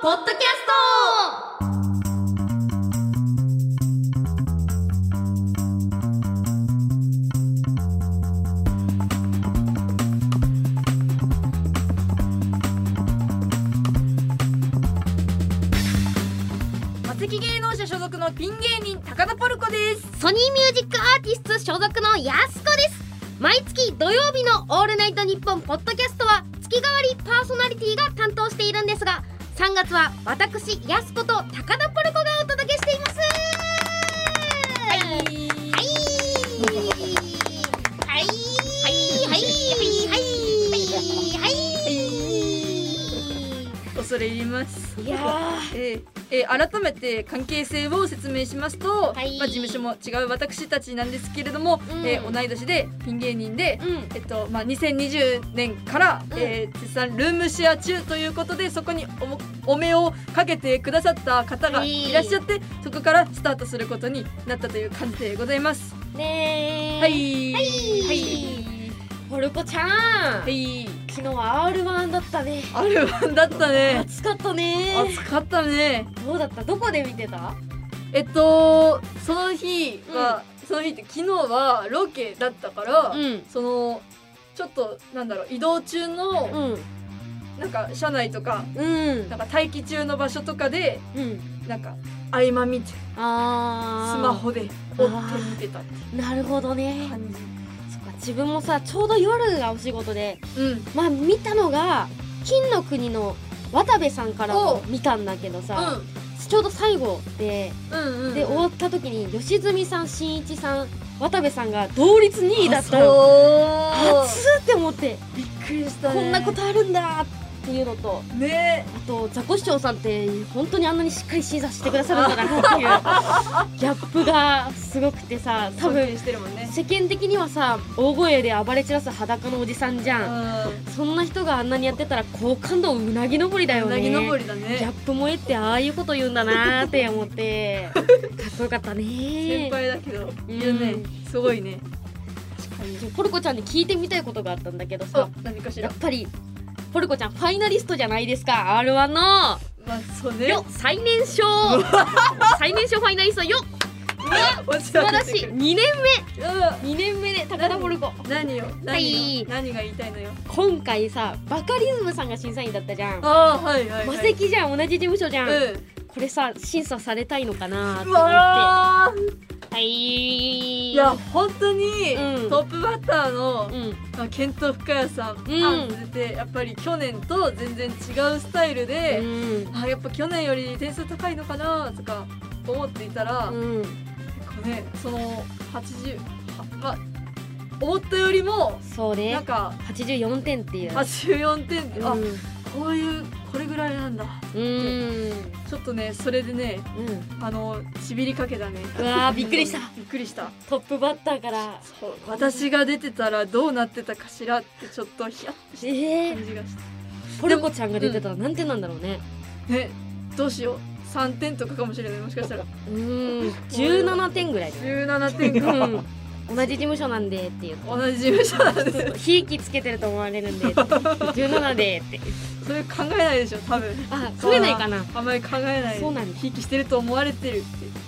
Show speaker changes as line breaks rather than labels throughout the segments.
ポッドキャスト
マセキ芸能者所属のピン芸人高田ポルコです
ソニーミュージックアーティスト所属のやすこです毎月土曜日の「オールナイトニッポン」ポッドキャストは月替わりパーソナリティが担当しているんですが3月は私やすこと高田ポルコがお届けしていますはいはいはいはいはい
恐れ入ります
いやー
えーえー改めて関係性を説明しますと、
はい
まあ、事務所も違う私たちなんですけれども、
うん
えー同い年でピン芸人で、
うん
えっとまあ、2020年から、
うん
えー絶賛ルームシェア中ということでそこにおお目をかけてくださった方が
はい
いらっしゃって、そこからスタートすることになったという感じでございます。
ねえ
はい、
はいポルコちゃん、
はい、
昨日は R1 だったね
あれはだったね。
暑かったね
暑かったね。
どうだったどこで見てた
えっとその日は、その日って昨日はロケだったから、
ん
そのちょっとなんだろう移動中の、
うん
なんか車内とか
うん
なんか待機中の場所とかで
うん
なんか合間見てス
あー
マホで追って見てたって
なるほどね
感じ。
そっか自分もさちょうど夜がお仕事で
うん
まあ見たのが金の国の渡部さんから
お
も
う
見たんだけどさ、ちょうど最後で、
うんうんうん
で終わった時に吉住さん新一さん渡部さんが同率2位だったの
の
熱っって思って
びっくりしたね
こんなことあるんだっていうのと
ね
あとザコシショウさんって本当にあんなにしっかり審査してくださるんだなっ ていうギャップがすごくてさ多
尊
分
敬してるもんね
世間的にはさ大声で暴れ散らす裸のおじさんじゃん、そんな人があんなにやってたら好感度うなぎ登りだ
う
よ
んう
ね
なぎ登りだ
ギャッ
ね
プ萌えってああいうこと言うんだなーって思って かっこよかったね
先輩だけどいるねすごいね
じゃあポルコちゃんに聞いてみたいことがあったんだけど
あ
さ
何かし
や
ら
っぱりポルコちゃんファイナリストじゃないですか r 1の
まあそうね
よ最年 少最年少ファイナリストよ
素
素晴らしい2年
う
目2年目で高田ポルコ
ん何よ何よ、
はい
何が言いたいのよ
今回さバカリズムさんが審査員だったじゃん
ああはいはい、はい、
マセキじゃん同じ事務所じゃん、
う
これさ審査されたいのかなと
んう
思っては
わー
い
いや本当に、
うん
トップバッターの
う、ん
まあ、ケント深谷さん、
ん
あ出てやっぱり去年と全然違うスタイル
う
で、
ん
あやっぱ去年より点数高いのかなとか思っていたら、
うん
結構ねその80はまあ思ったよりも
そうね
なんか
84点っていう
84点って、あ
うん
こういうこれぐらいなんだ
うん
ちょっとねそれでね
うん
あのしびりかけたね
うわーびっくりした
びっくりした
トップバッタ ーから
そう私が出てたらどうなってたかしらってちょっとヒヤッとした
えー
感じがした
ポルコちゃんが出てたらなんてなんだろうね
ねどうしよう3点とかかもしれないもしかしたら
うん17点ぐらいだね
17点
う
か
ん同じ事務所なんでっていう
同じ事務所なん で
ひいきつけてると思われるんで17でって
それ考えないでしょ多分
あ増えないかな
あんまり考えない
そうなんだ
ひいきしてると思われてるって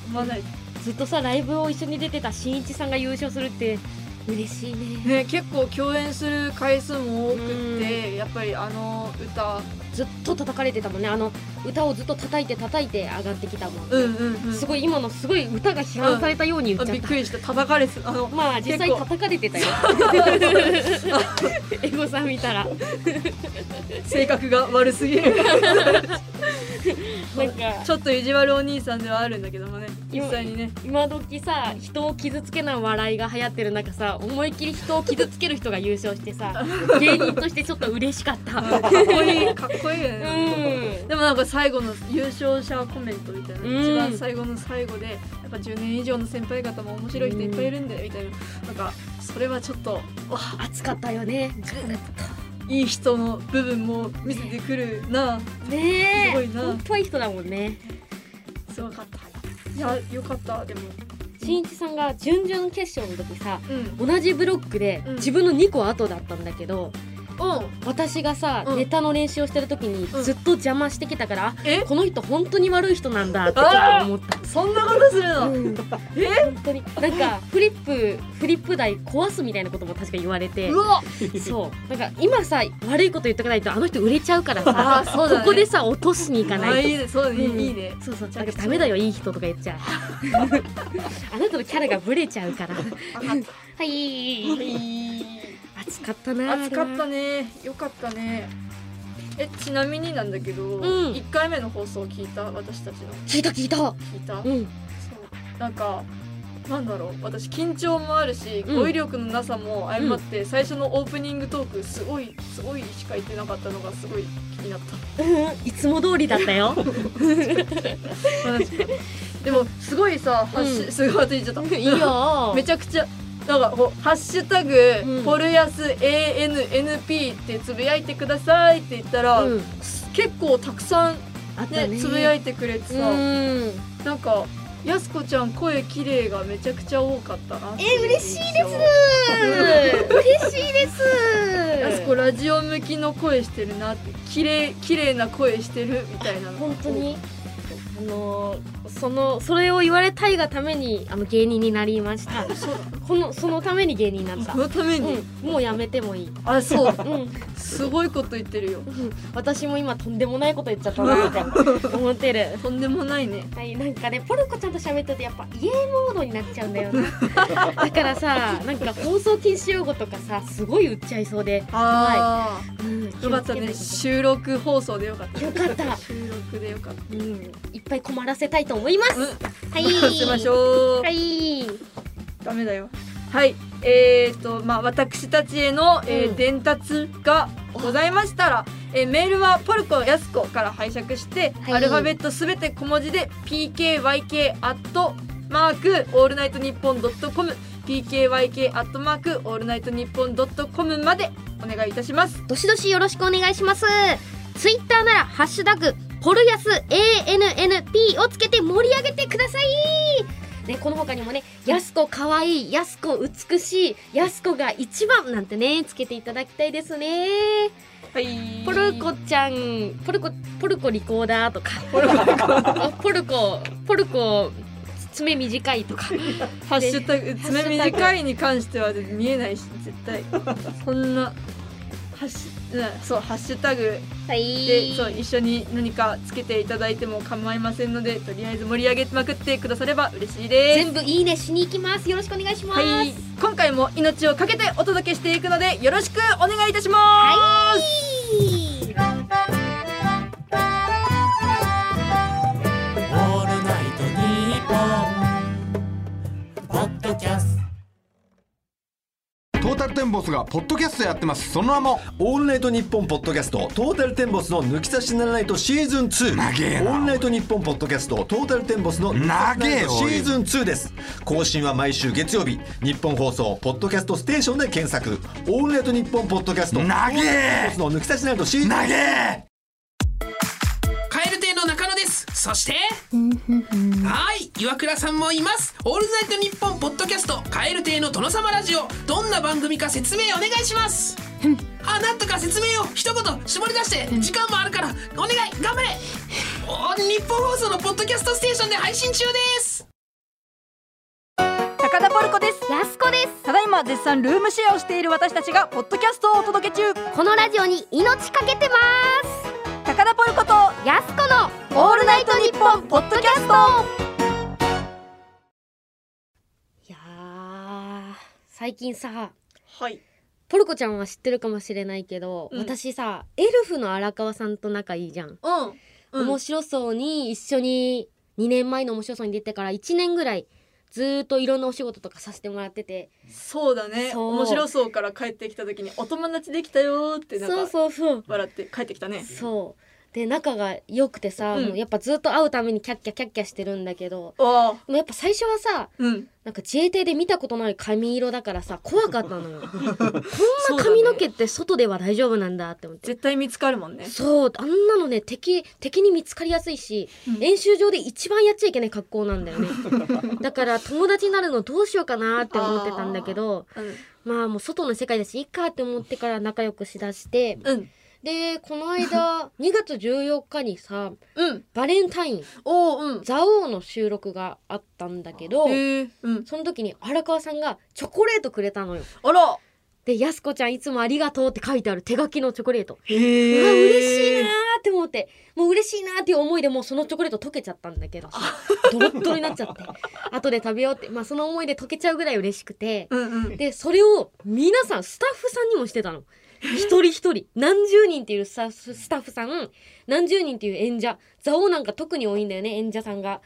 思わない
ずっとさライブを一緒に出てたしんいちさんが優勝するって嬉しいね
ね結構共演する回数も多くってやっぱりあの歌
ずっと叩かれてたもんねあの歌をずっと叩いて叩いて上がってきたもん、
うんうんうん
すごい今のすごい歌が批判されたように言
あ
っちゃ
び
っ、
ったくりした叩かれてたあの
まあ実際
結構
叩かれてた よエゴさん見たら
性格が悪すぎる
なんか
ちょっと意地悪お兄さんではあるんだけどもね実際に ね
今時さ人を傷つけない笑いが流行ってる中さ思いっきり人を傷つける人が優勝して さ芸人としてちょっと嬉しかった
かっこいい かっこいいよ
う
ね、
ん
でもなんか最後の優勝者コメントみたいな、
うん
一番最後の最後でやっぱ10年以上の先輩方も面白い人いっぱいいるんだよみたいななんかそれはちょっとわあ
暑かったよね
いい人の部分も見せてくるな
ね
すごい
え
な
本当はいい人だもんね
すごかったいやよかったでも
しんいちさんが準々決勝の時さ
うん
同じブロックで
うん
自分の2個後だったんだけど、
うん
私がさ、
うん
ネタの練習をしてる時に
うん
ずっと邪魔してきたから、
え
この人本当に悪い人なんだってちょっと思った。
そんなことするの、
うん
え
本当になんかフリップフリップ台壊すみたいなことも確か言われて
うわ
そうなんか今さ悪いこと言っとかないとあの人売れちゃうから
あ
さ、
ーそうだね
ここでさ落としに行か
あ
ないと
いいねそうね、
うん
いいね
そうそうなんかダメだよいい人とか言っちゃう あなたのキャラがブレちゃうからはい暑かったなあれは
暑かったねよかったねえちなみになんだけど、一
うん
1回目の放送聞いた私たちの
聞いた聞いた
聞いた、
う
そ
ん
うなんかなんだろう私緊張もあるし、
うん
語彙力のなさも相まって、最初のオープニングトークすごいすごいしか言ってなかったのがすごい気になった
いつも通りだったよ
でもすごいさ、ハッシュ すごい私言っち ゃった
いいよ
めちゃくちゃなんかこうハッシュタグ、
うん
ポルヤス ANNP ってつぶやいてくださいって言ったら、
うん
結構たくさん
あった
ね
ね
つぶや
い
いてくれて
う
さ、
ん
なんかやすこちゃん声綺麗がめちゃくちゃ多かったな
え嬉しいです嬉しいです
やすこラジオ向きの声してるなって綺麗綺麗な声してるみたいなの
本当にあのーそのそれを言われたいがためにあの芸人になりましたこのそのために芸人になった
そのために、
うん、もうやめてもいい、
あそう
うん、
すごいこと言ってるよ
私も今とんでもないこと言っちゃったなって思ってる
とんでもないね
はいなんかねポルコちゃんと喋ってるとやっぱイエーモードになっちゃうんだよね だからさなんか放送禁止用語とかさすごい売っちゃいそうで、
ああ、
うん、気
よか
を
っ
つ
た
けな
ね
いと
収録放送でよかった
よかった
収録でよかった
うん、いっぱい困らせたいと思います
うん
はい
任せま しょう
はい
ダメだよはいえー、とまあ私たちへの、えー
うん
伝達がございましたら、えーメールはポルコやすこから拝借して、
はい
アルファベットすべて小文字で PKYK アットマークオールナイトニッポンドットコム PKYK アットマークオールナイトニッポンドットコムまでお願いいたします
どしどしよろしくお願いしますツイッターならハッシュタグポルヤス ANNP をつけて盛り上げてくださいね、この他にもね、やすこかわいい、やすこ美しい、やすこが一番なんてね、つけていただきたいですね。
はい
ポルコちゃん、ポルコ、ポルコリコーダーとか、
ポルコ
あポルコ、ポルコ、爪短いとか、
ハッシュタグ爪短いに関しては見えないし絶 対そんなハッシュうんそうハッシュタグ
はい。
でそう一緒に何かつけていただいても構いませんのでとりあえず盛り上げまくってくだされば嬉しいです
全部いいねしに行きます。よろしくお願いします。
はい今回も命を懸けてお届けしていくのでよろしくお願いいたします、
はい
オールナイトニッポン」ポッドキャスト
トータルテンボスがポッドキャストやってますその名も
オールナイトニッポンポッドキャストトータルテンボスの抜き差しならないとシーズン2
長えな
オールナイトニッポンポッドキャストトータルテンボスの抜き差しならないとシーズン2です更新は毎週月曜日日本放送ポッドキャストステーションで検索オールナイトニッポンポッドキャスト
投げ
の抜き差しならないとシーズン
投げ
カエル亭の中野ですそしてはい岩倉さんもいますオールナイトニッポンポッドキャストカエル亭の殿様ラジオどんな番組か説明お願いしますあなんとか説明を一言絞り出して時間もあるからお願い頑張れお日本放送のポッドキャストステーションで配信中です
高田ポルコです
やすこです。
ただいま絶賛ルームシェアをしている私たちがポッドキャストをお届け中
このラジオに命かけてます。
高田ポルコと
やすこの
オールナイトニッポンポッドキャスト
いやー最近さ
はい
ポルコちゃんは知ってるかもしれないけど、
うん
私さエルフの荒川さんと仲いいじゃん、
うん、うん
面、白そうに一緒に2年前の面白そうに出てから1年ぐらいずーっといろんなお仕事とかさせてもらってて
そうだね
そう
面白そうから帰ってきた時にお友達できたよーってなんか
そうそうそう
笑って帰ってきたね
そうで仲が良くてさ、
うん
もうやっぱずっと会うためにキャッキャキャッキャしてるんだけど
おー
でもやっぱ最初はさ
うん
なんか自衛隊で見たことない髪色だからさ怖かったの よこん
そう
な
だね
髪の毛って外では大丈夫なんだって思って
絶対見つかるもんね
そうあんなのね敵敵に見つかりやすいし、練習場で一番やっちゃいけない格好なん だよねだから友達になるのどうしようかなって思ってたんだけどまあもう外の世界だしいいかって思ってから仲良くしだして
うん
でこの 間2月14日にさ
うん
バレンタイン
おーうん
蔵王の収録があったんだけど
へえうん
その時に荒川さんがチョコレートくれたのよ
あら
でやすこちゃんいつもありがとうって書いてある手書きのチョコレート
へ
う
え
わ嬉しいなーって思ってもう嬉しいなーっていう思いでもうそのチョコレート溶けちゃったんだけどドロッドロになっちゃって後で食べようってまあその思いで溶けちゃうぐらい嬉しくて
うんうん
でそれを皆さんスタッフさんにもしてたの一人一人何十人っていうスタッフスタッフさん何十人っていう演者蔵王なんか特に多いんだよね演者さんが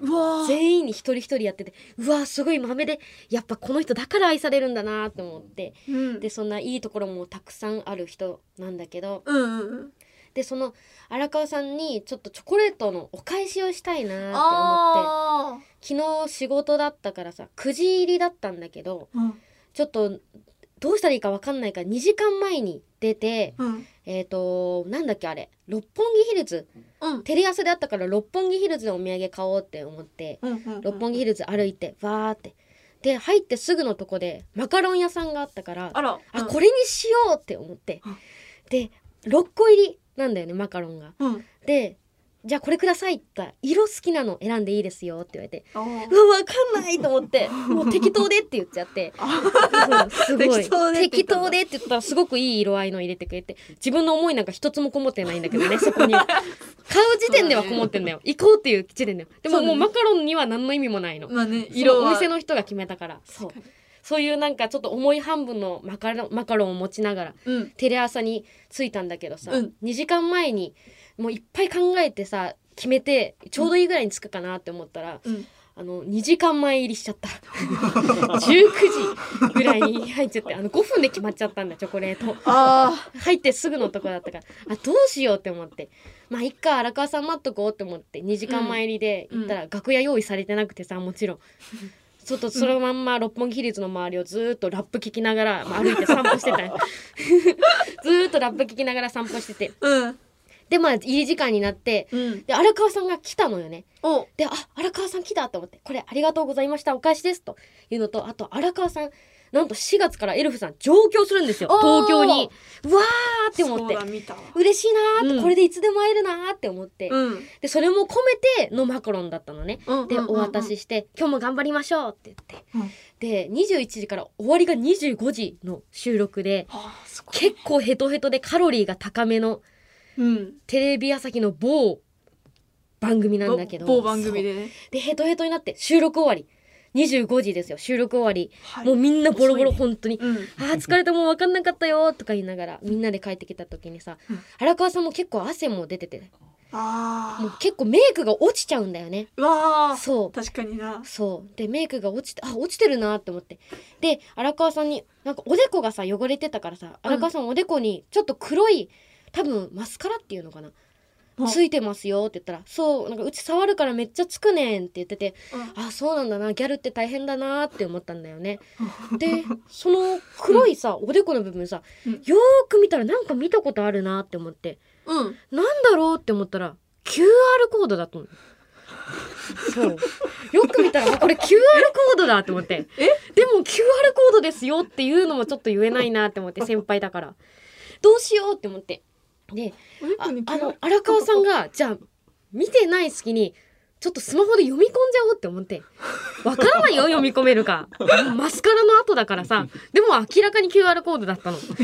うわー
全員に一人一人やっててうわーすごい豆でやっぱこの人だから愛されるんだなーって思って
うん
でそんないいところもたくさんある人なんだけど
うんうんうん
でその荒川さんにちょっとチョコレートのお返しをしたいなーって思って
あ
昨日仕事だったからさ9時入りだったんだけど
ーうん
ちょっとどうしたらいいか分かんないから2時間前に出て
うん
えっ、となんだっけあれ六本木ヒルズ
うん
テレ朝であったから六本木ヒルズでお土産買おうって思って
うんうん
六本木ヒルズ歩いてわーってで入ってすぐのとこでマカロン屋さんがあったから
あら
あこれにしようって思って
うん
で6個入りなんだよねマカロンが。
れうん
でじゃあこれくださいって言ったら色好きなの選んでいいですよって言われて
あー
うわわかんないと思ってもう適当でって言っちゃってそうすごい
適当でって言
適
ったんだ
当でって言ったらすごくいい色合いの入れてくれて自分の思いなんか一つもこもってないんだけど ねそこに買う時点ではこもってんだよ行こうっていう時点ではでも
そう
も
だ
う
ね
マカロンには何の意味もないの
まあね
色
色
お
は
店の人が決めたからそうそういうなんかちょっと重い半分のマカロンマカロンを持ちながら
うん
テレ朝に着いたんだけどさ、
うん
2時間前にもういっぱい考えてさ決めてちょうどいいぐらいに着くかなって思ったら、
うん
あの2時間前入りしちゃった 19時ぐらいに入っちゃってあの5分で決まっちゃったんだチョコレート
あ
入ってすぐのとこだったからあどうしようって思ってまあいっか荒川さん待っとこうって思って2時間前入りで行ったら楽屋用意されてなくてさもちろん。ちょっとそのまんま六本木ヒルズの周りをずーっとラップ聞きながら、まあ、歩いて散歩してたよ ずーっとラップ聞きながら散歩してて
ーうん
でまあ入り時間になって
うん
で荒川さんが来たのよね
お
であ荒川さん来たと思ってこれありがとうございましたお返しですというのとあと荒川さんなんと4月からエルフさん上京するんですよ
おー
東京にうわーって思っ
そう
て
だ見たわ
嬉しいなーって、
うん
これでいつでも会えるなーって思って、
うん
でそれも込めてのマカロンだったのね、
うん
で
うん
お渡しして「今日も頑張りましょう」って言って、で21時から終わりが25時の収録で
あーすごい
結構ヘトヘトでカロリーが高めの
うん
テレビ朝日の某番組なんだけど
某某番組でね
そうでヘトヘトになって収録終わり25時ですよ収録終わり、
はい
もうみんなボロボロ
遅いね
本当に、
うん
あー疲れたもう分かんなかったよとか言いながらみんなで帰ってきた時にさ、荒川さんも結構汗も出てても
あ
う結構メイクが落ちちゃうんだよね
あわあ
そう
確かにな
そうでメイクが落ちてあ落ちてるなって思ってで荒川さんになんかおでこがさ汚れてたからさ荒川さんおでこにちょっと黒い多分マスカラっていうのかな
うん
ついてますよって言ったら「そうなんかうち触るからめっちゃつくねん」って言ってて「あそうなんだなギャルって大変だな」って思ったんだよね。でその黒いさおでこの部分さ
うん
よーく見たらなんか見たことあるなって思って
うん
なんだろうって思ったら QR コードだと思う。そうよく見たらあこれ QR コードだって思って
え
でも QR コードですよっていうのもちょっと言えないなって思って先輩だからどうしようって思ってで
おで
あ
こに
あの荒川さんがじゃあ見てない隙にちょっとスマホで読み込んじゃおうって思ってわからないよ読み込めるかマスカラの後だからさでも明らかに QR コードだったのそう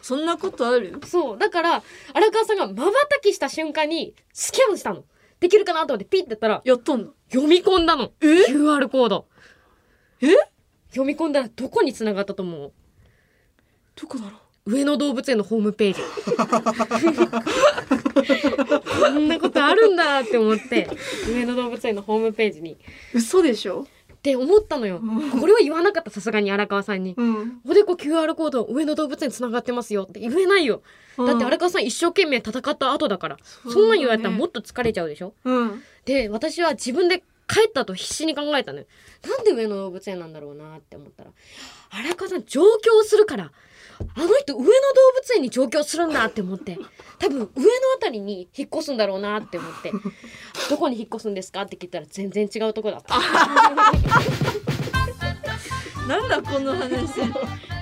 そんなことある
そう。だから、荒川さんが瞬きした瞬間に、スキャンしたの。できるかなと思ってピッてやったら、
やっとんの
読み込んだの。QR コード。
え
読み込んだらどこに繋がったと思う
どこだろう
上野動物園のホームページ。こんなことあるんだって思って、上野動物園のホームページに
嘘でしょ
って思ったのよ。これは言わなかったさすがに荒川さんに。
うん
おでこ QR コード上野動物園つながってますよって言えないよ。だって荒川さん一生懸命戦った後だから。
うだね
そんなん言われたらもっと疲れちゃうでしょ
うん
で私は自分で帰ったと必死に考えたのよなんで上野動物園なんだろうなって思ったら荒川さん上京するからあの人上野動物園に上京するんだって思って多分上野あたりに引っ越すんだろうなって思ってどこに引っ越すんですかって聞いたら全然違うとこだった
なんだこの話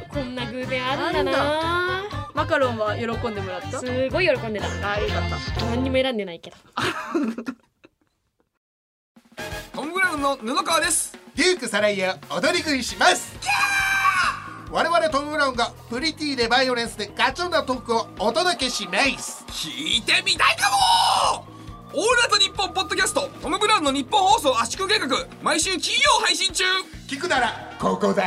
こんな偶然あるんだな
マカロンは喜んでもらった
すごい喜んでた
あよかった
何にも選んでないけど
トム・ブラウンの布川です
デュークサライヤ踊り食いします我々トム・ブラウンがプリティでバイオレンスでガチョンなトークをお届けします
聞いてみたいかもオールナイトニッポンポッドキャストトム・ブラウンの日本放送圧縮計画毎週金曜配信中
聞くならここだ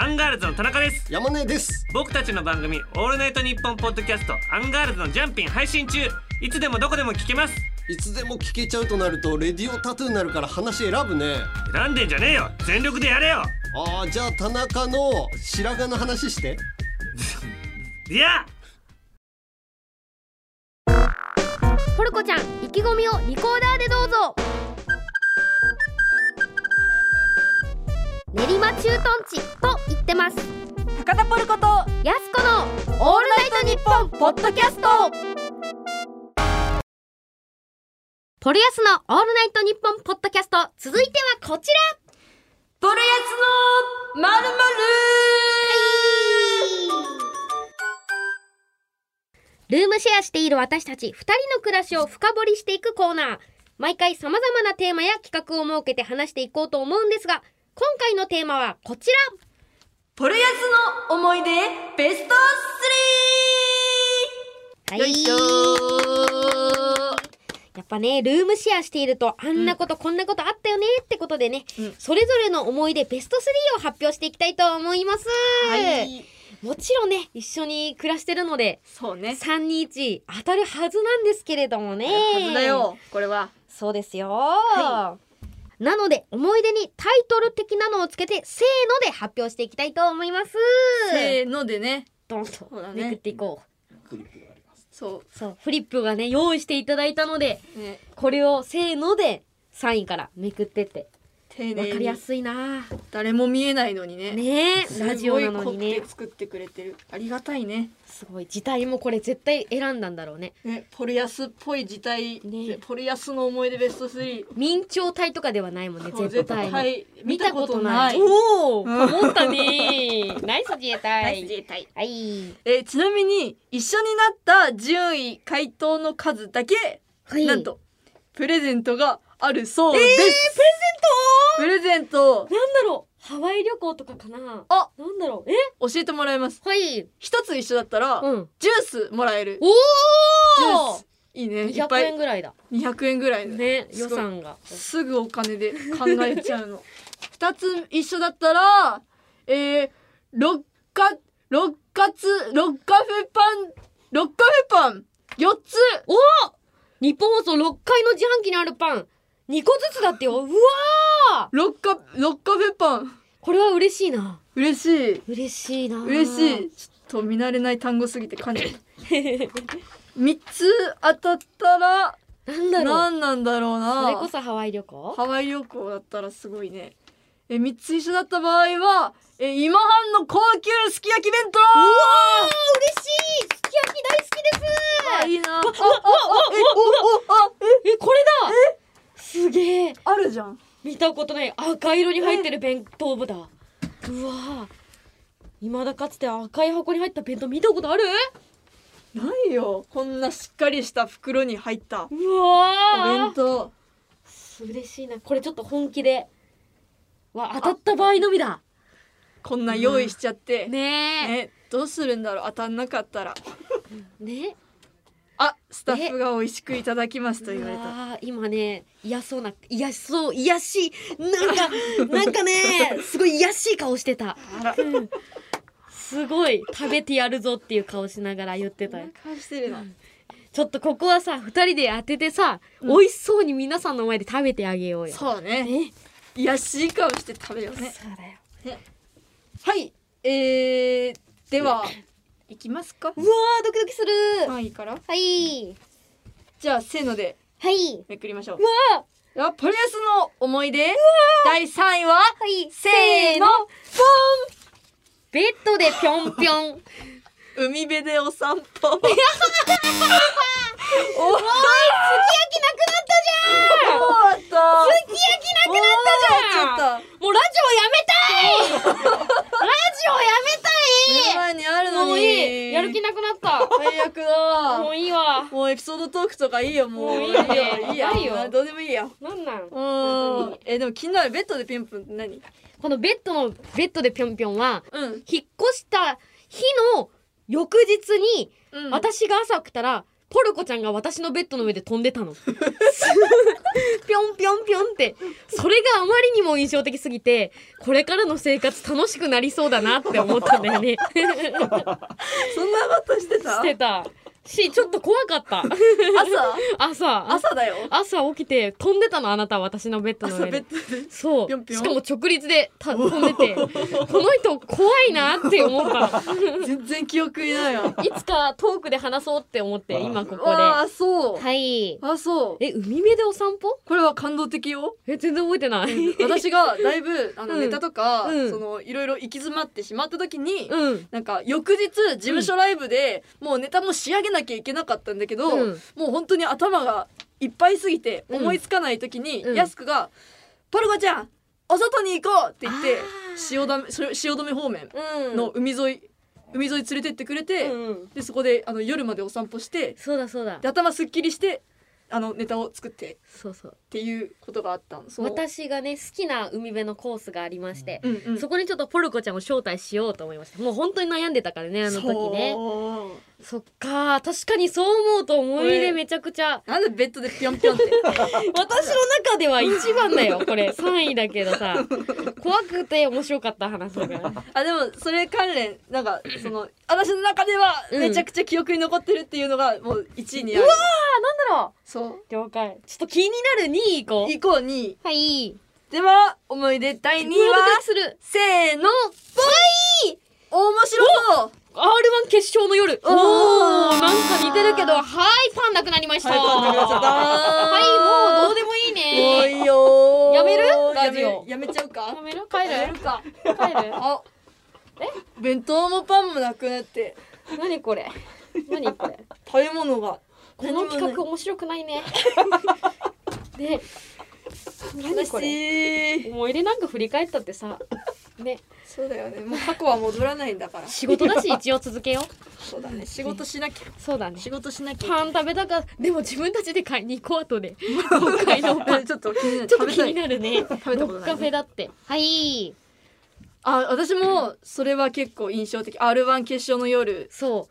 アンガールズの田中です
山根です
僕たちの番組「オールナイトニッポン」ポッドキャスト「アンガールズのジャンピン」配信中いつでもどこでも聞けます
いつでも聞けちゃうとなるとレディオタトゥーになるから話選ぶね
選んでんじゃねえよ全力でやれよ
あーじゃあ田中の白髪の話して
いや
ポルコちゃん意気込みをリコーダーでどうぞ練馬駐屯地と言ってます
博多ポルコと
やすこの「オールナイトニッポン」ポッドキャストポルヤスの「オールナイトニッポン」ポッドキャスト続いてはこちら
ポルヤスのまるまる
ルームシェアしている私たち2人の暮らしを深掘りしていくコーナー毎回さまざまなテーマや企画を設けて話していこうと思うんですが今回のテーマはこちら
ポルヤスの思い出ベスト
はい
3よいしょ
やっぱね、ルームシェアしていると、あんなこと、こんなことあったよねってことでね、
ん
それぞれの思い出ベスト3を発表していきたいと思います。
ーはい
もちろんね、一緒に暮らしてるので、
そうね
321当たるはずなんですけれどもね。
はずだ。よこれは
そうですよ、なので、思い出にタイトル的なのをつけて、せーので発表していきたいと思います。
せーのでね
どん
うだ
と
ね
めくっていこう。
そ
そう、フリップがね、用意していただいたので、
うね
これをせーので3位からめくってって
丁
わ
寧
かりや
に
すいな
誰も見えないのにね
ねえ
す
ラジ
ご
オ
い
なのに
凝
ね
って作ってくれてるありがたいね
すごい字体もこれ絶対選んだんだろうね
ねポルヤスっぽい字体、
ねえ
ポルヤスの思い出ベスト3
明朝体とかではないもんね
そう
絶対
絶対見たことない
おお思ったねナイス自衛隊
体
はい
えーちなみに一緒になった順位回答の数だけ、
はい
なんとプレゼントがあるそうです、プレゼントプレゼン
なんだろうハワイ旅行とかかな
あ
なんだろうえ
ト教えてもらいます
はい
一つ一緒だったら、
うん
ジュースもらえる
お
ジュ
お
ースいいねいっ
200
ぱ
円
い
ぐらいだ
200円ぐらいの
ね
すご
予
い
算が
すぐお金で考えちゃう の二つ一緒だったらえー、六か六かつ六カフェパン六カフェパン四つ
お日本放送6階の自販機にあるパン2個ずつだって ようわー
六カ六カフェパン
これは嬉しいな
嬉しい
嬉しいな
嬉しいちょっと見慣れない単語すぎて感 じ三つ当たったら
なんだろう
何なんだろうな
それこそハワイ旅行
ハワイ旅行だったらすごいね。え、3つ一緒だった場合は、え、今半の高級すき焼き弁当うわ
嬉しいすき焼き大好きです
いいなあ、あ、あ、え、お、お、
えこれだすげえ
あ、あるじゃん。
見たことない赤色に入ってる弁当部だうわー未だかつて赤い箱に入った弁当見たことある
ないよ。こんなしっかりした袋に入ったお
うわ
弁
ー
当。
嬉しいなこれちょっと本気でわ当たった場合のみだ
こんな用意しちゃって。
ね
え、どうするんだろう当たんなかったら。
えね
あ、スタッフが美味しくいただきますと言われた。
あー今ね癒そうな癒しそう癒しいなん かなんかねすごい癒しい顔してた
あら、
すごい食べてやるぞっていう顔しながら言ってた
こんな顔してるな。
ちちょっとここはさ二人で当ててさ、美味しそうに皆さんの前で食べてあげようよ
そうね癒やしい顔して食べようね
そうだよ
はいえー、ではいきますか
うわードキドキする
3位から
はい
じゃあせーので
はい
めくりましょう
うわ
やっぱりやすの思い出第3位は
ーはい
せーの
ベッド でぴょんぴょん
海辺でお散歩 おおいすき焼きなくなったじゃん終わった
すき焼きなくなったじゃ
終わ
ん
っちゃった
もうラジオやめたいラジオ
目の
やめたい
前にあるのに
もういいやる気なくなっ
最悪
たも
だ
ういいわ
もうエピソードトークとかいいよもう
もういい
よ
ね
いいや
ないよ
もうどうでもいいや
なんなん
うんえでも気になるベッドでピンポンって何
このベッドのベッドでぴょんぴょんは
うん
引っ越した日の翌日に、
うん
私が朝起きたらポルコちゃんが私のベッドの上で飛んで たのぴょんぴょんぴょんってそれがあまりにも印象的すぎてこれからの生活楽しくなりそうだなって思ったん だよね
そんなことしてた
してたしちょっと怖かった
朝
朝
朝だよ
朝起きて飛んでたのあなたは私のベッドの
朝
上
ベ
で
ッドで
そう
ぴょんぴょん
しかも直立でた飛んで てこの人怖いなって思ったの
全然記憶い ないわ
いつかトークで話そうって思って今ここで
わ
は
あそう
い
あそう
え海辺でお散歩
これは感動的 よ
え全然覚えてない
私がだいぶあの
うん
ネタとか、
うん
そのいろいろ行き詰まってしまった時に、
うん
なんか翌日事務所ライブで、もうネタも仕上げなきゃいけなかったんだけど、
うん
もう本当に頭がいっぱいすぎて
うん
思いつかない時に、
うん
やすくが「パルコちゃんお外に行こう!」って言って
あ
汐留し汐留方面
うん
の海沿い、海沿い連れてってくれて、
うん
でそこであの夜までお散歩して
そうだそうだ
で頭すっきりしてあのネタを作って
そうそう
っていうことがあったの。その
私がね好きな海辺のコースがありまして
うんうん、
そこにちょっとポルコちゃんを招待しようと思いましたもう本当に悩んでたからねあの時ね
そう
そっかー確かにそう思うと思い出めちゃくちゃ
なんでベッドでぴょんぴょんって
私の中では一番だよこれ3位だけどさ怖くて面白かった話だから
あでもそれ関連なんかその私の中では
うん
めちゃくちゃ記憶に残ってるっていうのがもう1位にある、そう
了解ちょっと気になる2位いこう
以降に
はい
では思い出第2位
うわドキド
は
キする
せーの
はい
面白そう
R1 決勝の夜お
おー
おーなんか似てるけどはいパンなくなりました
はいパンなくなっちゃった
はいもうどうでもいい
もう
ね
いいよー
やめる
や
ラ
め
ジオ
やめちゃうか
やめる帰
やめる
る
か
帰る
あえ弁当もパンもなくなって
何これ何これ
食べ物が
この企画面白くないねで何これ
悲しい
思い出なんか振り返ったってさね
そうだよねもう過去は戻らないんだから
仕事だし一応続けよう
そうだね仕事しなきゃ
そうだね
仕事しなきゃ
パン食べたかでも自分たちで買いに行こう 後で今回のパン
ちょっと気になる
ちょっと気になる ね
食べたことない
カフェだってはい
あ私もそれは結構印象的 R1 決勝の夜
そう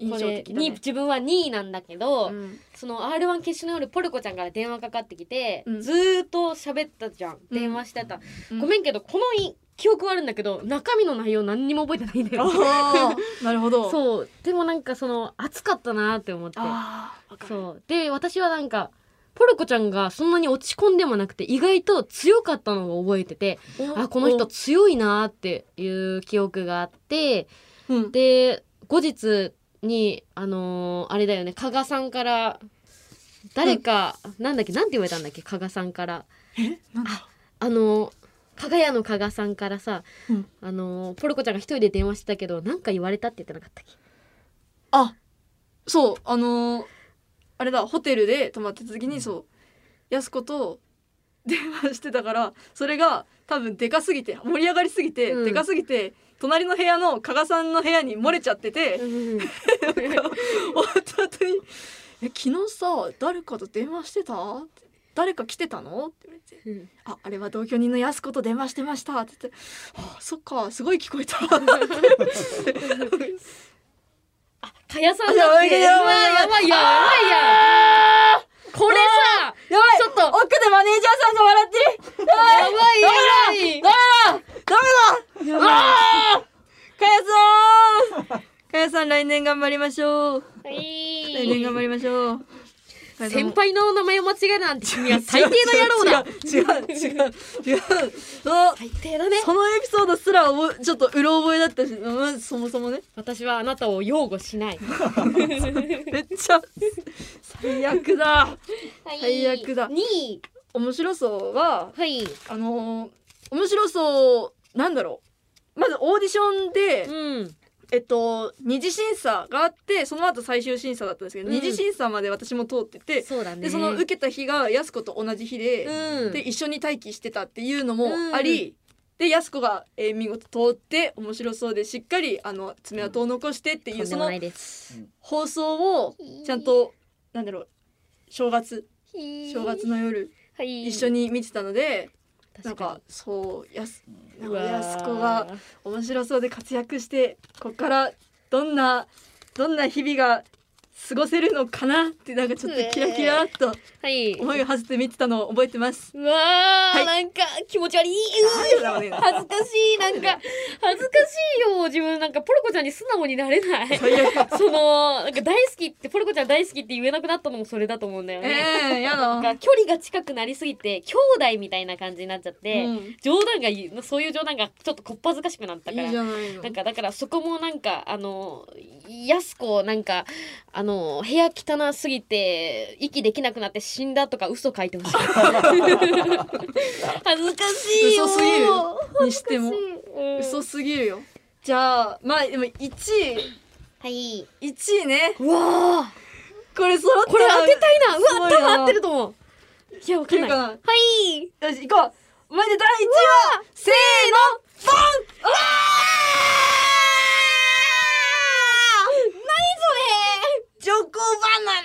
印
こ
象
れ
的だ
に
ね
自分は2位なんだけど、
うん
その r 1決勝の夜ポルコちゃんから電話かかってきて、
うん
ずーっと喋ったじゃん電話してた、ごめんけどこのい記憶はあるんだけど中身の内容何にも覚えてないんだよ
あーなるほどう
そうでもなんかその暑かったなって思って
あーわかる
そうで私はなんかポルコちゃんがそんなに落ち込んでもなくて意外と強かったのを覚えてて
お
あこの人強いなっていう記憶があって
うん
で後日にあのーあれだよね加賀さんから誰か、なんだっけなんて言われたんだっけ加賀さんからああのー加賀屋の加賀さんからさ、
うん
あのーポルコちゃんが一人で電話してたけどなんか言われたって言ってなかったっけ
あそうあのーあれだホテルで泊まってた時にそうやす子と電話してたからそれが多分でかすぎて盛り上がりすぎて、
うん
でかすぎて隣の部屋の加賀さんの部屋に漏れちゃってて、終わった後に「え昨日さ誰かと電話してた?」って誰か来てたの?」って言われて
うん
「ああれは同居人のやす子と電話してました」って言って「あそっかすごい聞こえた」
かやさんだって
や
うわ
ばいや
やば
ば
いやばいやこれさ
やばい
ちょっと
奥でマネージャーさんが笑ってるやばい
やばいやば
ダメ
い
だダメだうわーかやさんかやさん来年頑張りましょう
はい
来年頑張りましょう
先輩の名前を間違えるなんて君は最低な野郎だ
違う違う違う違うその
最低だね
そのエピソードすらおぼちょっとうろ覚えだったし、まあ、そもそも ね
私はあなたを擁護しない
めっちゃ最悪だ 最悪だ
2位
面白そうは
はい
あのー面白そうなんだろうまずオーディションで、
うん
えっと二次審査があってその後最終審査だったんですけど、
うん
二次審査まで私も通ってて
そうだね
でその受けた日がやす子と同じ日で、
うん
で一緒に待機してたっていうのもあり、でやす子が、えー見事通って面白そうでしっかりあの爪痕を残してっていう、
とんで
そ
も
の
ないです
放送をちゃんとなんだろう正月正月の夜
はい
一緒に見てたのでなん
確か
かそうやす
に
なん
う
か
わー
やす子が面白そうで活躍してこっからどんなどんな日々が過ごせるのかなってなんかちょっとキラキラっと
はい
思いを馳せて見てたのを覚えて ます。
うわー、
はい
なんか気持ち悪い。
なんでだろうね
恥ずかしい、なんか、恥ずかしいよ。自分なんか、ポルコちゃんに素直になれない。その、なんか大好きって、ポルコちゃん大好きって言えなくなったのもそれだと思うんだよ
え
ね。
えやだ
なん。か距離が近くなりすぎて、兄弟みたいな感じになっちゃって、
うん
冗談がい、そういう冗談がちょっとこっぱずかしくなったから。
いいじゃないの
なん。かだからそこもなんかあのやす子なんかあの部屋汚すぎて息できなくなって死んだとか嘘書い てほしい恥ずかしい
嘘
よ
すぎるにしても
うん
嘘すぎるよ。じゃあまあでも一位
はい
一位ね。
うわあ
これ揃った
これ当てたいなうわ
す
多
ごいな
分合ってると思ういやわかん
いける
ない
かな
はい
よし行こう。まで第一位はせーのボン。わ
何それチョコバナナ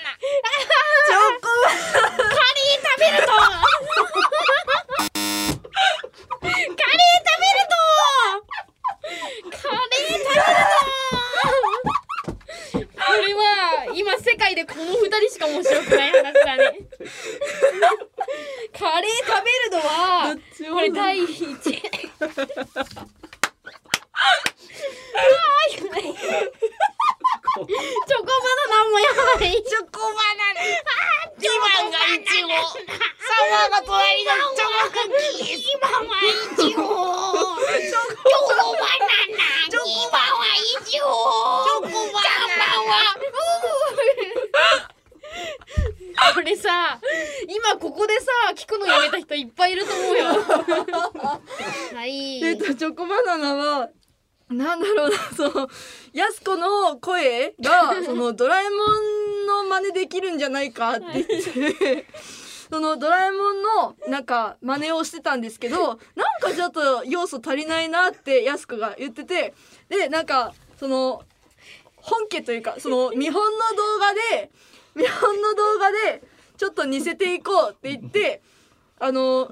チョコバナナカリー食べるとカリー食べるとカリー食べるとこれは今世界でこの二人しか面白くない話だ ねカレー食べるのはこれ第一 チョコバナナもやばい。チョコバナナ。リバンがイチゴ。サワーが隣のチョコクッキー。リバンはイチゴ。チョコバナナ。リバンはイチゴ。チョコバナナは。これさ、今ここでさ、聞くのやめた人いっぱいいると思うよ。はい。
えっとチョコバナナはなんだろうなそのやす子の声 がそのドラえもんの真似できるんじゃないかって言って、 そのドラえもんのなんか真似をしてたんですけどなんかちょっと要素足りないなってやす子が言っててでなんかその本家というかその見本の動画で見本の動画でちょっと似せていこうって言ってあの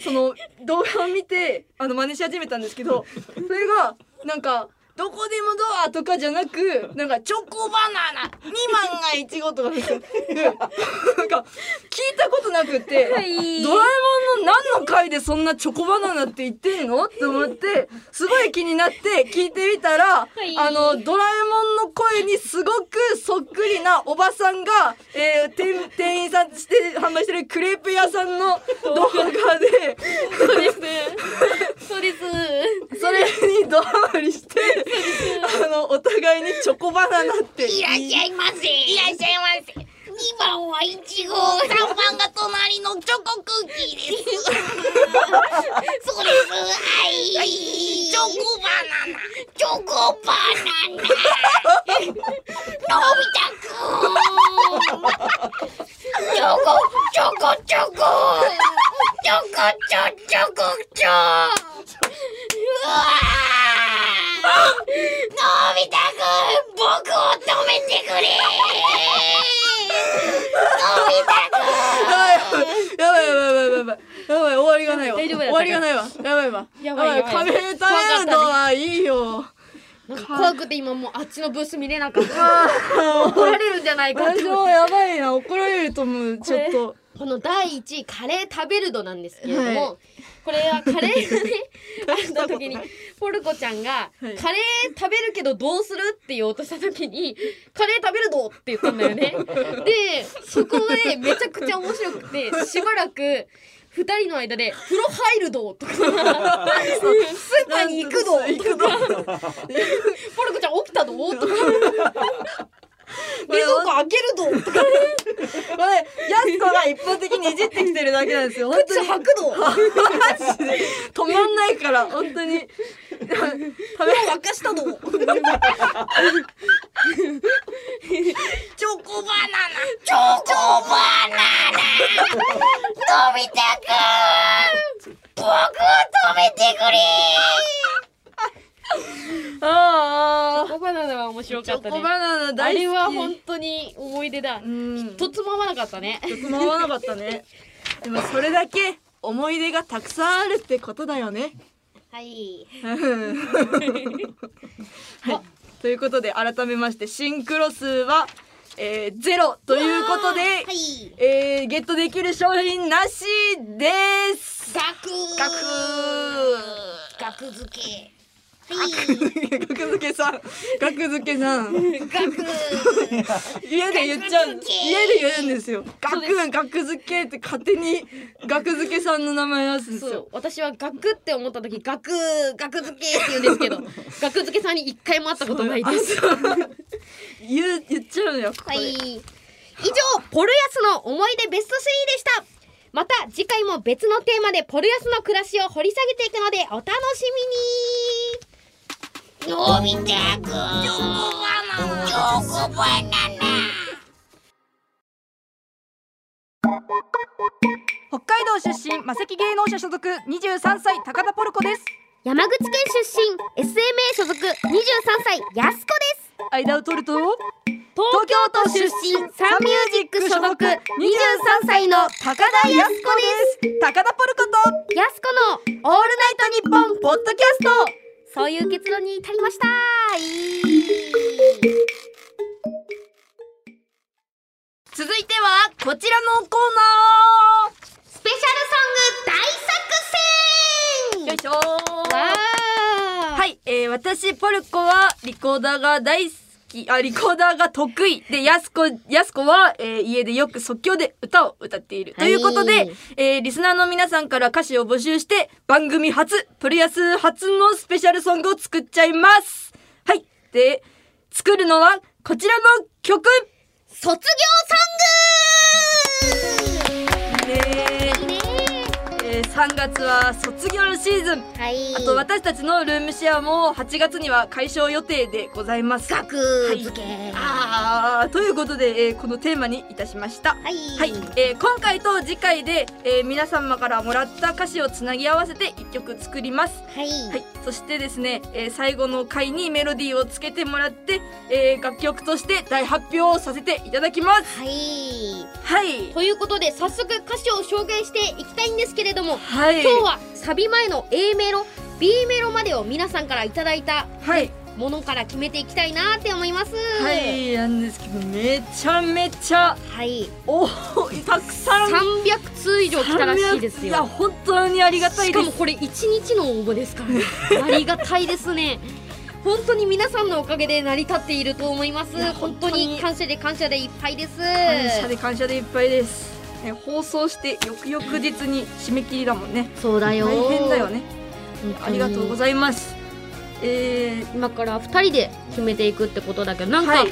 その動画を見てあの真似し始めたんですけどそれがなんか「どこでもドア」とかじゃなくなんか「チョコバナナ2万がいちご」とかなんですよでなんか聞いたことなくって「ドラえもんの何の回でそんなチョコバナナって言ってんの?」って思ってすごい気になって聞いてみたら
い
あのドラえもんの声にすごくそっくりなおばさんが、えー店店員さんとして販売してるクレープ屋さんの動画で。
そうです。そうです。
それにドハマりしてあのお互いにチョコバナナって
いらっしゃいませ。いらっしゃいませ。二番はイチゴ、三番が隣のチョコクッキーです。そうです。はい。チョコバナナ。チョコバナナ。のび太くん。チョコ、チョコ、チョコ。チョコ、チョ、チョコ、チョ。うわーのび太くん僕を止めてくれのび太くん
やばいやばいやばいやばいやばいやばい終わりがないわ
大丈夫だ
終わりがないわやばいわ
やばいやばい
壁食べるのはいいよ
怖くて今もうあっちのブース見れなかった。怒られるんじゃないかと思って
私もやばいな怒られると思うちょっと
この第一位カレー食べる度なんですけれども、これはカレーがねあった時にポルコちゃんが、カレー食べるけどどうする?」って言おうとした時に「カレー食べるぞ!」って言ったんだよ ね。でそこでめちゃくちゃ面白くてしばらく二人の間で「風呂入るぞ!」とか「スーパーに行くぞ!」とか「ポルコちゃん起きたぞ!」とか。冷蔵庫開けるぞとかね
これやすこが一方的にいじってきてるだけなんですよ
靴履くの
マジで止まんないから本当に食べ
沸かしたの
チョコバナナチョコバナナのび太くん僕を止めてくれ
ああチョコバナナは面白かったね
チョコバナナ大好き
あれは本当に思い出だ一つも合わなかったね
一つも合わなかったねでもそれだけ思い出がたくさんあるってことだよね
はい
うんはいということで改めましてシンクロ数はえー、ゼロということで、えーゲットできる商品なしです
ガク
ガク
額付け
学付けさん学付けさ ん家で言っちゃう
学付け
家で言うんですよ学学付けって勝手に学付けさんの名前出すんですよ
私はガクって思った時ガクガク付けって言うんですけどガク付けさんに一回も会ったことないです
言う言っちゃうのよここで
はい以上ポルヤスの思い出ベスト3でしたまた次回も別のテーマでポルヤスの暮らしを掘り下げていくのでお楽しみに
のび太くんチョコバナナチョコバナナ
北海道出身マセキ芸能者所属23歳高田ポルコです
山口県出身 SMA 所属23歳やすこです
間を取ると
東京都出身サンミュージック所属23歳の高田やすこです
高田ポルコ
とやすこのオールナイトニッポンポッドキャストそういう結論に至りました
続いてはこちらのコーナー
スペシャルソング大
よ
作戦
いしょ
は
はい、えー、私ポルコはリコーダーが大好きあリコーダーが得意でやすこやすこは、えー家でよく即興で歌を歌っている、
はい
ということで、えーリスナーの皆さんから歌詞を募集して番組初プレヤス初のスペシャルソングを作っちゃいますはいで作るのはこちらの曲
卒業
ね
ソングいいね
えー3月は卒業のシーズン
はい
あと私たちのルームシェアも8月には解消予定でございます
学付け
あーということで、えーこのテーマにいたしました。はいえー今回と次回で、えー皆様からもらった歌詞をつなぎ合わせて一曲作ります。
はい
はい、そしてですね、えー最後の回にメロディーをつけてもらって、えー楽曲として大発表をさせていただきます。
はい
はい、
ということで早速歌詞を紹介していきたいんですけれども、
はい
今日はサビ前の A メロ B メロまでを皆さんからいただいた
はい、
ものから決めていきたいなって思います
はい、なんですけど、めちゃめちゃ、
はい
おーたくさん。
300通以上来たらしいです
い
よ
や、本当にありがたい
し
で
か
す。
もこれ1日の応募ですからねあ りがたいですね本当に皆さんのおかげで成り立っていると思います本当に感謝で感謝でいっぱいです
感謝で感謝でいっぱいです。ね放送して翌々日に締め切りだもんね。
そうだよ
大変だよね。ありがとうご
い
ざいます。え
今から2人で決めていくってことだけどな
ー、
んか、
はい。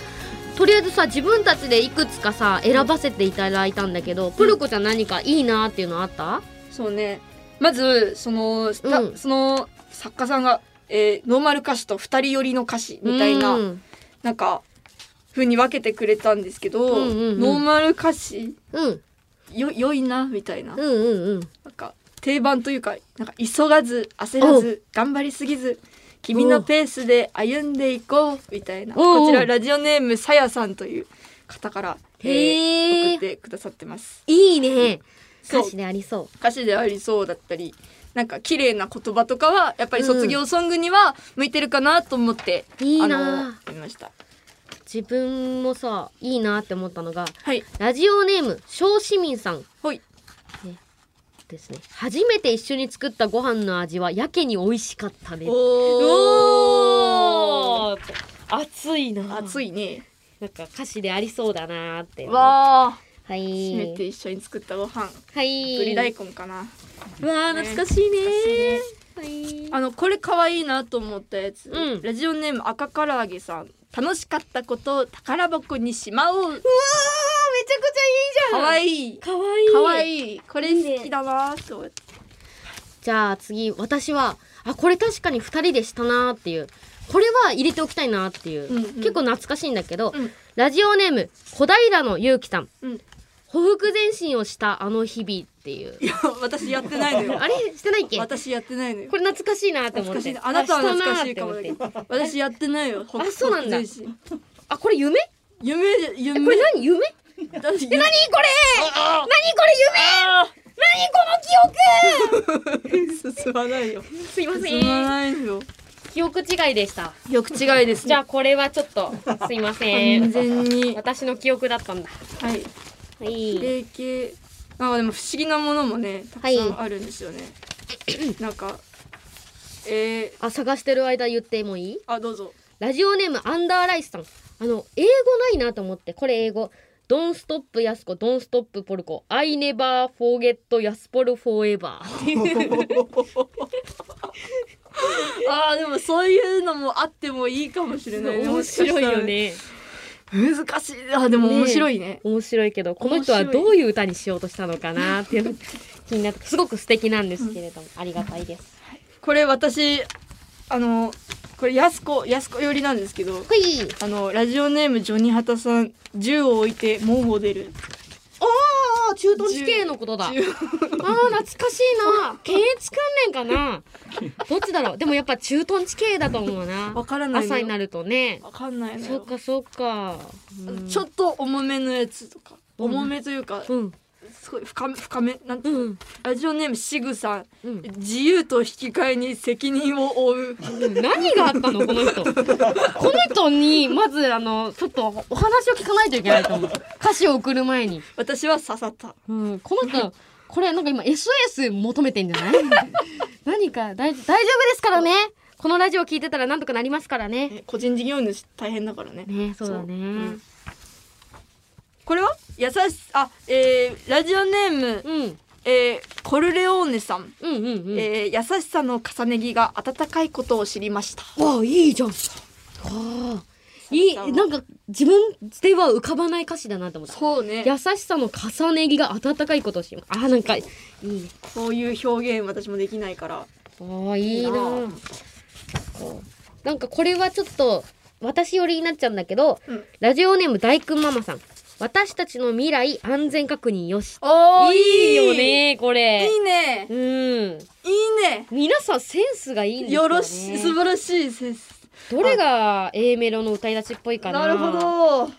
とりあえずさ自分たちでいくつかさ選ばせていただいたんだけど、プルコちゃん何かいいなっていうのあった
そうね。まずその、た
うん
その作家さんが、えーノーマル歌詞と二人寄りの歌詞みたいな、
うん
なんか風に分けてくれたんですけど、
うんうんうん
ノーマル歌詞
うん
よ良いなみたいな、
うんうんうん
なんか定番というかなんか急がず焦らず頑張りすぎず君のペースで歩んでいこうみたいな
おうおう
こちらラジオネームさやさんという方から、えー
へ
送っ
え
てくださってます
いいね
そう
歌詞でありそう
歌詞でありそうだったりなんか綺麗な言葉とかはやっぱり卒業ソングには向いてるかなと思って、
いいな
あの見ました
自分もさいいなって思ったのが、ラジオネーム小市民さん、ねですね初めて一緒に作ったご飯の味はやけに美味しかったねおお熱いな熱いねなんか歌詞でありそうだなーって
わあ
はい
締めて一緒に作ったご飯
はい
ぶり大根かな
わあ懐かしいね
あのこれ可愛いなと思ったやつ、ラジオネーム赤から揚げさん楽しかったことを宝箱にしまおううわーめちゃく
ちゃいいじ
可愛い
ゃん可愛い
可愛いこれ好きだなーと思って
じゃあ次私はあこれ確かに2人でしたなーっていうこれは入れておきたいなっていう、
うんうん
結構懐かしいんだけど、ラジオネーム小平のゆうきさん、ほふく前進をしたあの日々っていういや
私やってないのよ
あれしてないっけ
私やってないのよ
これ懐かしいなって思っ
懐かしていなあなたは懐かしいかも
あ
だ
し
けど
たなーって思って
私やってないよ
あそうなんだ
北斗
あこれ夢
夢夢
えこれ何夢え何これ何これ夢何こ の記憶進まないよすいません
進まないよ
記憶違いでした
記憶違いですね
じゃあこれはちょっとすいませ
完
ん
全
に私の記憶だったんだはいはい
霊系なんかでも不思議なものもねたくさんあるんですよね、なんか
えあ探してる間言ってもいい
あどうぞ
ラジオネームアンダーライスさんあの英語ないなと思ってこれ英語ドンストップヤスコドンストップポルコ I never forget ヤスポルフォーエバー
あーでもそういうのもあってもいいかもしれないね
面白いよね
難しいあでも面白いね
え面白いけどこの人は
面白い
どういう歌にしようとしたのかなっていうのが気になってすごく素敵なんですけれども、ありがたいです
これ私あのこれやすこやすこ寄りなんですけどあのラジオネームジョニハタさん銃を置いて門を出る
ああ駐屯地系のことだああー懐かしいな検閲関連かなどっちだろうでもやっぱ駐屯地系だと思うなわから
ないのよ
朝になるとね
わかんないの
そ
よ
っかそっか
ちょっと重めのやつとか
うん
重めというか、すごい深め深めなんていうの、ラジオネームシグさん、自由と引き換えに責任を負う
何があったのこの人この人にまずあのちょっとお話を聞かないといけないと思う歌詞を送る前に
私は刺さった
うんこの人これなんか今 SOS 求めてんじゃない何か大丈大丈夫ですからねこのラジオ聞いてたらなんとかなりますからね
個人事業主大変だからね
ねそうだね
これは優しあえー、ラジオネーム、えーコルレオーネさん、えー優しさの重ね着が温かいことを知りました
あいいじゃんあーいいなんか自分では浮かばない歌詞だなと思った
そうね
優しさの重ね着が温かいことをしますあーなんかいいね
こういう表現私もできないから
あいいななんかこれはちょっと私寄りになっちゃうんだけど、ラジオネーム大君ママさん私たちの未来安全確認よし
お
いいよねこれ
いいね
うんいい
ね
皆さんセンスがいいんですよ、ね、
よろし素晴らしいセンス
どれが A メロの歌い出しっぽいかな
なるほどと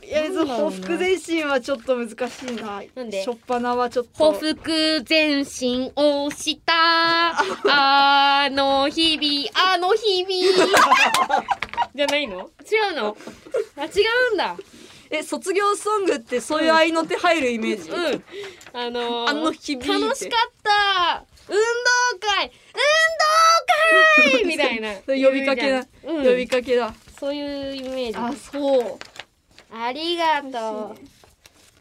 りあえず
なんだろう
報
な
復前進はちょっと難しいななん
で
しょっぱなはちょっ
ほ
と
ふく前進をしたあの日々あの日 々じゃないの違うのあ違うんだ
え卒業ソングってそういう合いの手入るイメージ、
うんあのー
あの日々って
楽しかった運動会 運動会みたいな
そう呼びかけだ、
うん
呼びかけだ
そういうイメージ
あそう
ありがとう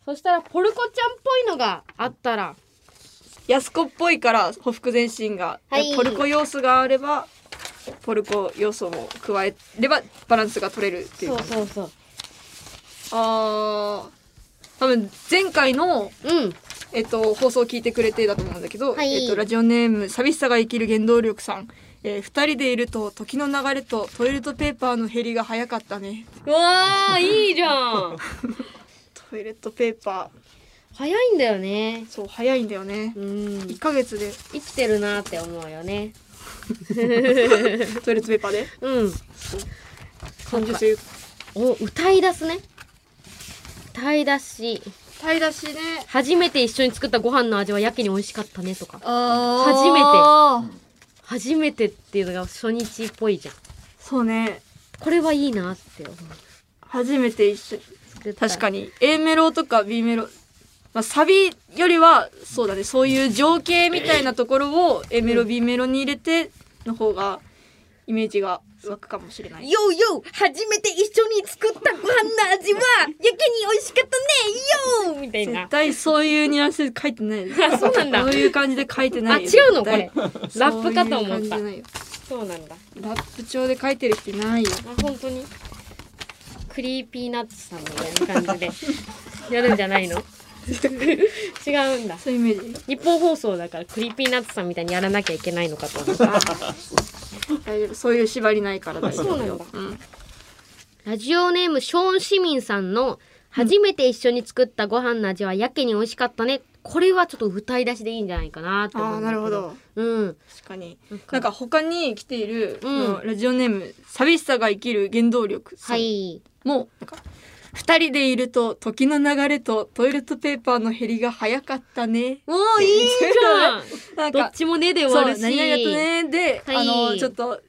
そしたらポルコちゃんっぽいのがあったら
安子っぽいからほふく前進が、
はい
ポルコ要素があればポルコ要素も加えればバランスが取れるっていう
そうそうそう
あー多分前回の、えっと、放送を聞いてくれてだと思うんだけど、
はい
えっと、ラジオネーム「寂しさが生きる原動力」さん、えー「二人でいると時の流れとトイレットペーパーの減りが早かったね」
わーいいじゃん
トイレットペーパ
ー 早いんだよね
そう早いんだよね
うん1
ヶ月で
生きてるなって思うよね
トイレットペーパーで
うん
感じという
お歌い出すね歌い出し
歌い出しね
初めて一緒に作ったご飯の味はやけに美味しかったねとか初めて
初めて
初めてっていうのが初日っぽいじゃん
そうね
これはいいなって思う
初めて一緒確かに A メロとか B メロ、まあ、サビよりはそうだねそういう情景みたいなところを A メロ B メロに入れての方がイメージが湧くかもしれない。
ようよう初めて一緒に作ったご飯の味はやけに美味しかったねようみたいな
絶対そういうニュアンスで書いてないです
あ そうなんだ
そういう感じで書いてないよ
あ違うの
絶対
これラップかと思った
そういう感じじゃないよ
そうなんだ
ラップ調で書いてる人いないよ
あ本当にクリーピーナッツさんみたいな感 じでやるんじゃないの 違うんだ
そういうイメージ
日本放送だからクリーピーナッツさんみたいにやらなきゃいけないのかと思った
大丈夫そういう縛りないから大丈夫
そうなんだ
うん
ラジオネームショーン市民さんの初めて一緒に作ったご飯の味はやけに美味しかったね。これはちょっと歌い出しでいいんじゃないかなって思うんだ
あー
け
なるほど。
うん。
確かに。なんか他に来ている、
うん
このラジオネーム「寂しさが生きる原動力さん」もなんか「二人でいると時の流れとトイレットペーパーの減りが早かったね」
おーいいじゃん
なんか
どっちもねで終わるし
そう何々だったねで、
はい
あのちょっと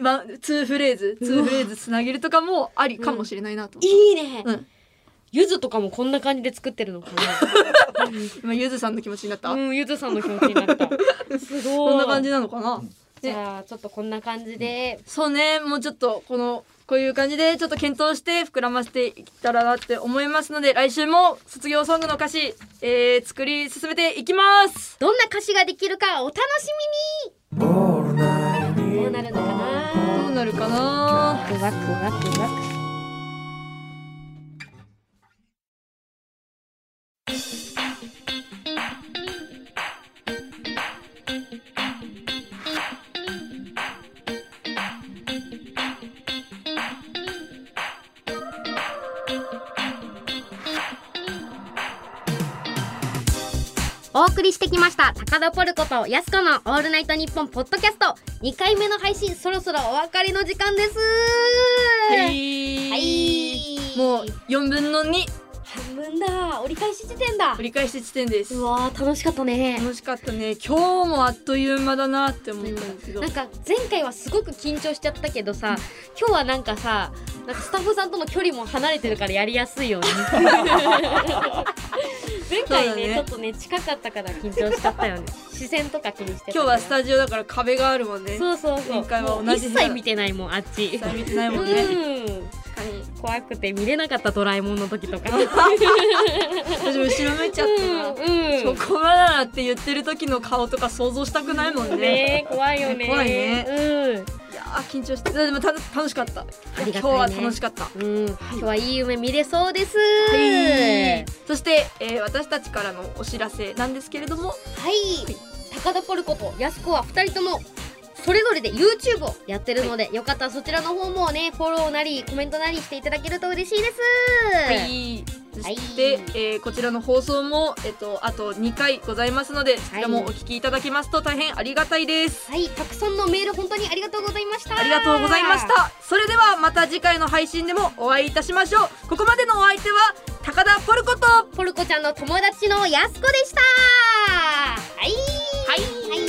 ま2フレーズ2フレーズつなげるとかもありかもしれないなと思って、
いいね、
ゆ
ずとかもこんな感じで作ってるのかな
今ゆずさんの気持ちに なった
うんゆずさんの気持ちになったすごい
こんな感じなのかな、
じゃあちょっとこんな感じで
そうねもうちょっとこのこういう感じでちょっと検討して膨らませていったらなって思いますので来週も卒業ソングの歌詞、えー、作り進めていきます
どんな歌詞ができるかお楽し
みにどうなるのかな
どうなるかな
ワクワクワクワク
お送りしてきました高田ポルコとやすこの「オールナイトニッポン」ポッドキャスト2回目の配信そろそろお別れの時間です
はいもう4分の2
半分だ折り返し地点だ
折り返し地点ですう
わ楽しかったね
楽しかったね今日もあっという間だなって思ったんですけど、
なんか前回はすごく緊張しちゃったけどさ今日はなんかさなんかスタッフさんとの距離も離れてるからやりやすいよ ね前回ねちょっとね近かったから緊張しちゃったよね視線とか気にしてた
今日はスタジオだから壁があるもんね
そうそうそう
前回は同じ
も
部
う一
屋
切見てないもんあっち一
切見てないもんね
怖くて見れなかったドラえもんの時とか
私も後ろ向いちゃったな、そこまだなって言ってる時の顔とか想像したくないもんね
ねえ怖いよね
怖いね、
うん
いやー緊張してでもた楽しかった
りがたい
今
ね
日は楽しかった、
今日はいい夢見れそうです、
はいそして、えー私たちからのお知らせなんですけれども
はい、高田ポルコとやす子は2人ともそれぞれで YouTube をやってるので、よかったらそちらの方もねフォローなりコメントなりしていただけると嬉しいです
はいそして、えーこちらの放送も、えっとあと2回ございますのでそちらもお聞きいただきますと大変ありがたいです
はいたくさんのメール本当にありがとうございました
ありがとうございましたそれではまた次回の配信でもお会いいたしましょうここまでのお相手は高田ポルコと
ポルコちゃんの友達のやす子でしたはいはい、はい